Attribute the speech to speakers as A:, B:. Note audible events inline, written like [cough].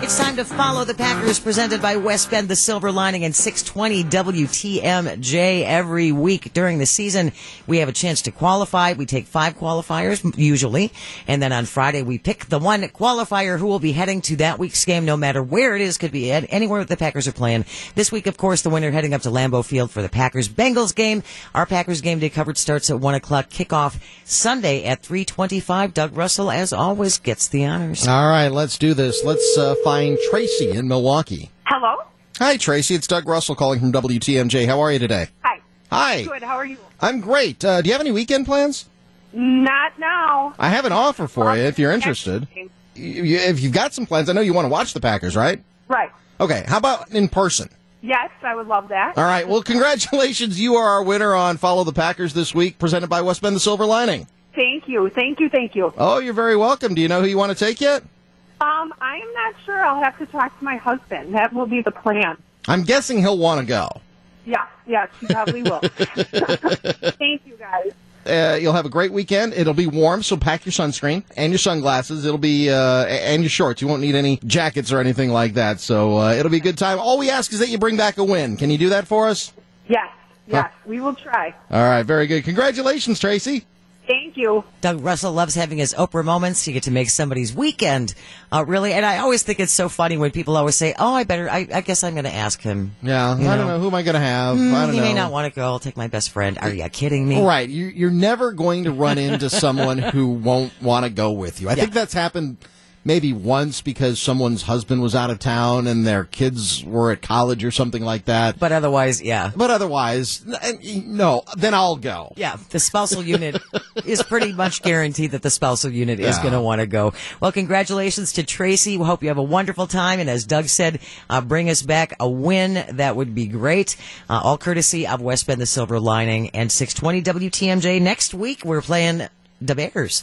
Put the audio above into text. A: It's time to follow the Packers presented by West Bend, the Silver Lining, and 620 WTMJ every week during the season. We have a chance to qualify. We take five qualifiers usually. And then on Friday, we pick the one qualifier who will be heading to that week's game, no matter where it is. Could be at anywhere the Packers are playing. This week, of course, the winner heading up to Lambeau Field for the Packers Bengals game. Our Packers game day coverage starts at one o'clock. Kickoff Sunday at 325. Doug Russell, as always, gets the honors.
B: All right, let's do this. Let's uh, find Tracy in Milwaukee.
C: Hello.
B: Hi, Tracy. It's Doug Russell calling from WTMJ. How are you today?
C: Hi.
B: Hi.
C: Good. How are you?
B: I'm great. Uh, do you have any weekend plans?
C: Not now.
B: I have an offer for you if you're interested. You- you- If you've got some plans, I know you want to watch the Packers, right?
C: Right.
B: Okay, how about in person?
C: Yes, I would love that.
B: All right, well, congratulations. You are our winner on Follow the Packers this week, presented by West Bend The Silver Lining.
C: Thank you. Thank you. Thank you.
B: Oh, you're very welcome. Do you know who you want to take yet?
C: Um, I am not sure. I'll have to talk to my husband. That will be the plan.
B: I'm guessing he'll want to go.
C: Yeah. Yes, you
B: [laughs]
C: probably will. [laughs] Thank you, guys.
B: Uh, you'll have a great weekend. It'll be warm, so pack your sunscreen and your sunglasses. It'll be uh, and your shorts. You won't need any jackets or anything like that. So uh, it'll be a good time. All we ask is that you bring back a win. Can you do that for us?
C: Yes. Yes. We will try.
B: All right, very good. Congratulations, Tracy.
C: Thank you.
A: Doug Russell loves having his Oprah moments. You get to make somebody's weekend, uh, really. And I always think it's so funny when people always say, "Oh, I better. I, I guess I'm going to ask him."
B: Yeah, I don't know who am I going to have. I don't
A: he
B: know.
A: Mm, may not want to go. I'll take my best friend. Are you kidding me?
B: Right, you, you're never going to
A: [laughs]
B: run into someone who won't want to go with you. I think that's happened maybe once because someone's husband was out of town and their kids were at college or something like that.
A: But otherwise, yeah,
B: But otherwise, n- n- no, then I'll go.
A: yeah. The spousal unit is pretty much guaranteed that the spousal unit is
B: Yeah.
A: going to want to go. Well, congratulations to Tracy. We hope you have a wonderful time. And as Doug said, uh, bring us back a win. That would be great. Uh, all courtesy of West Bend, the Silver Lining, and 620 WTMJ. Next week we're playing the Bears.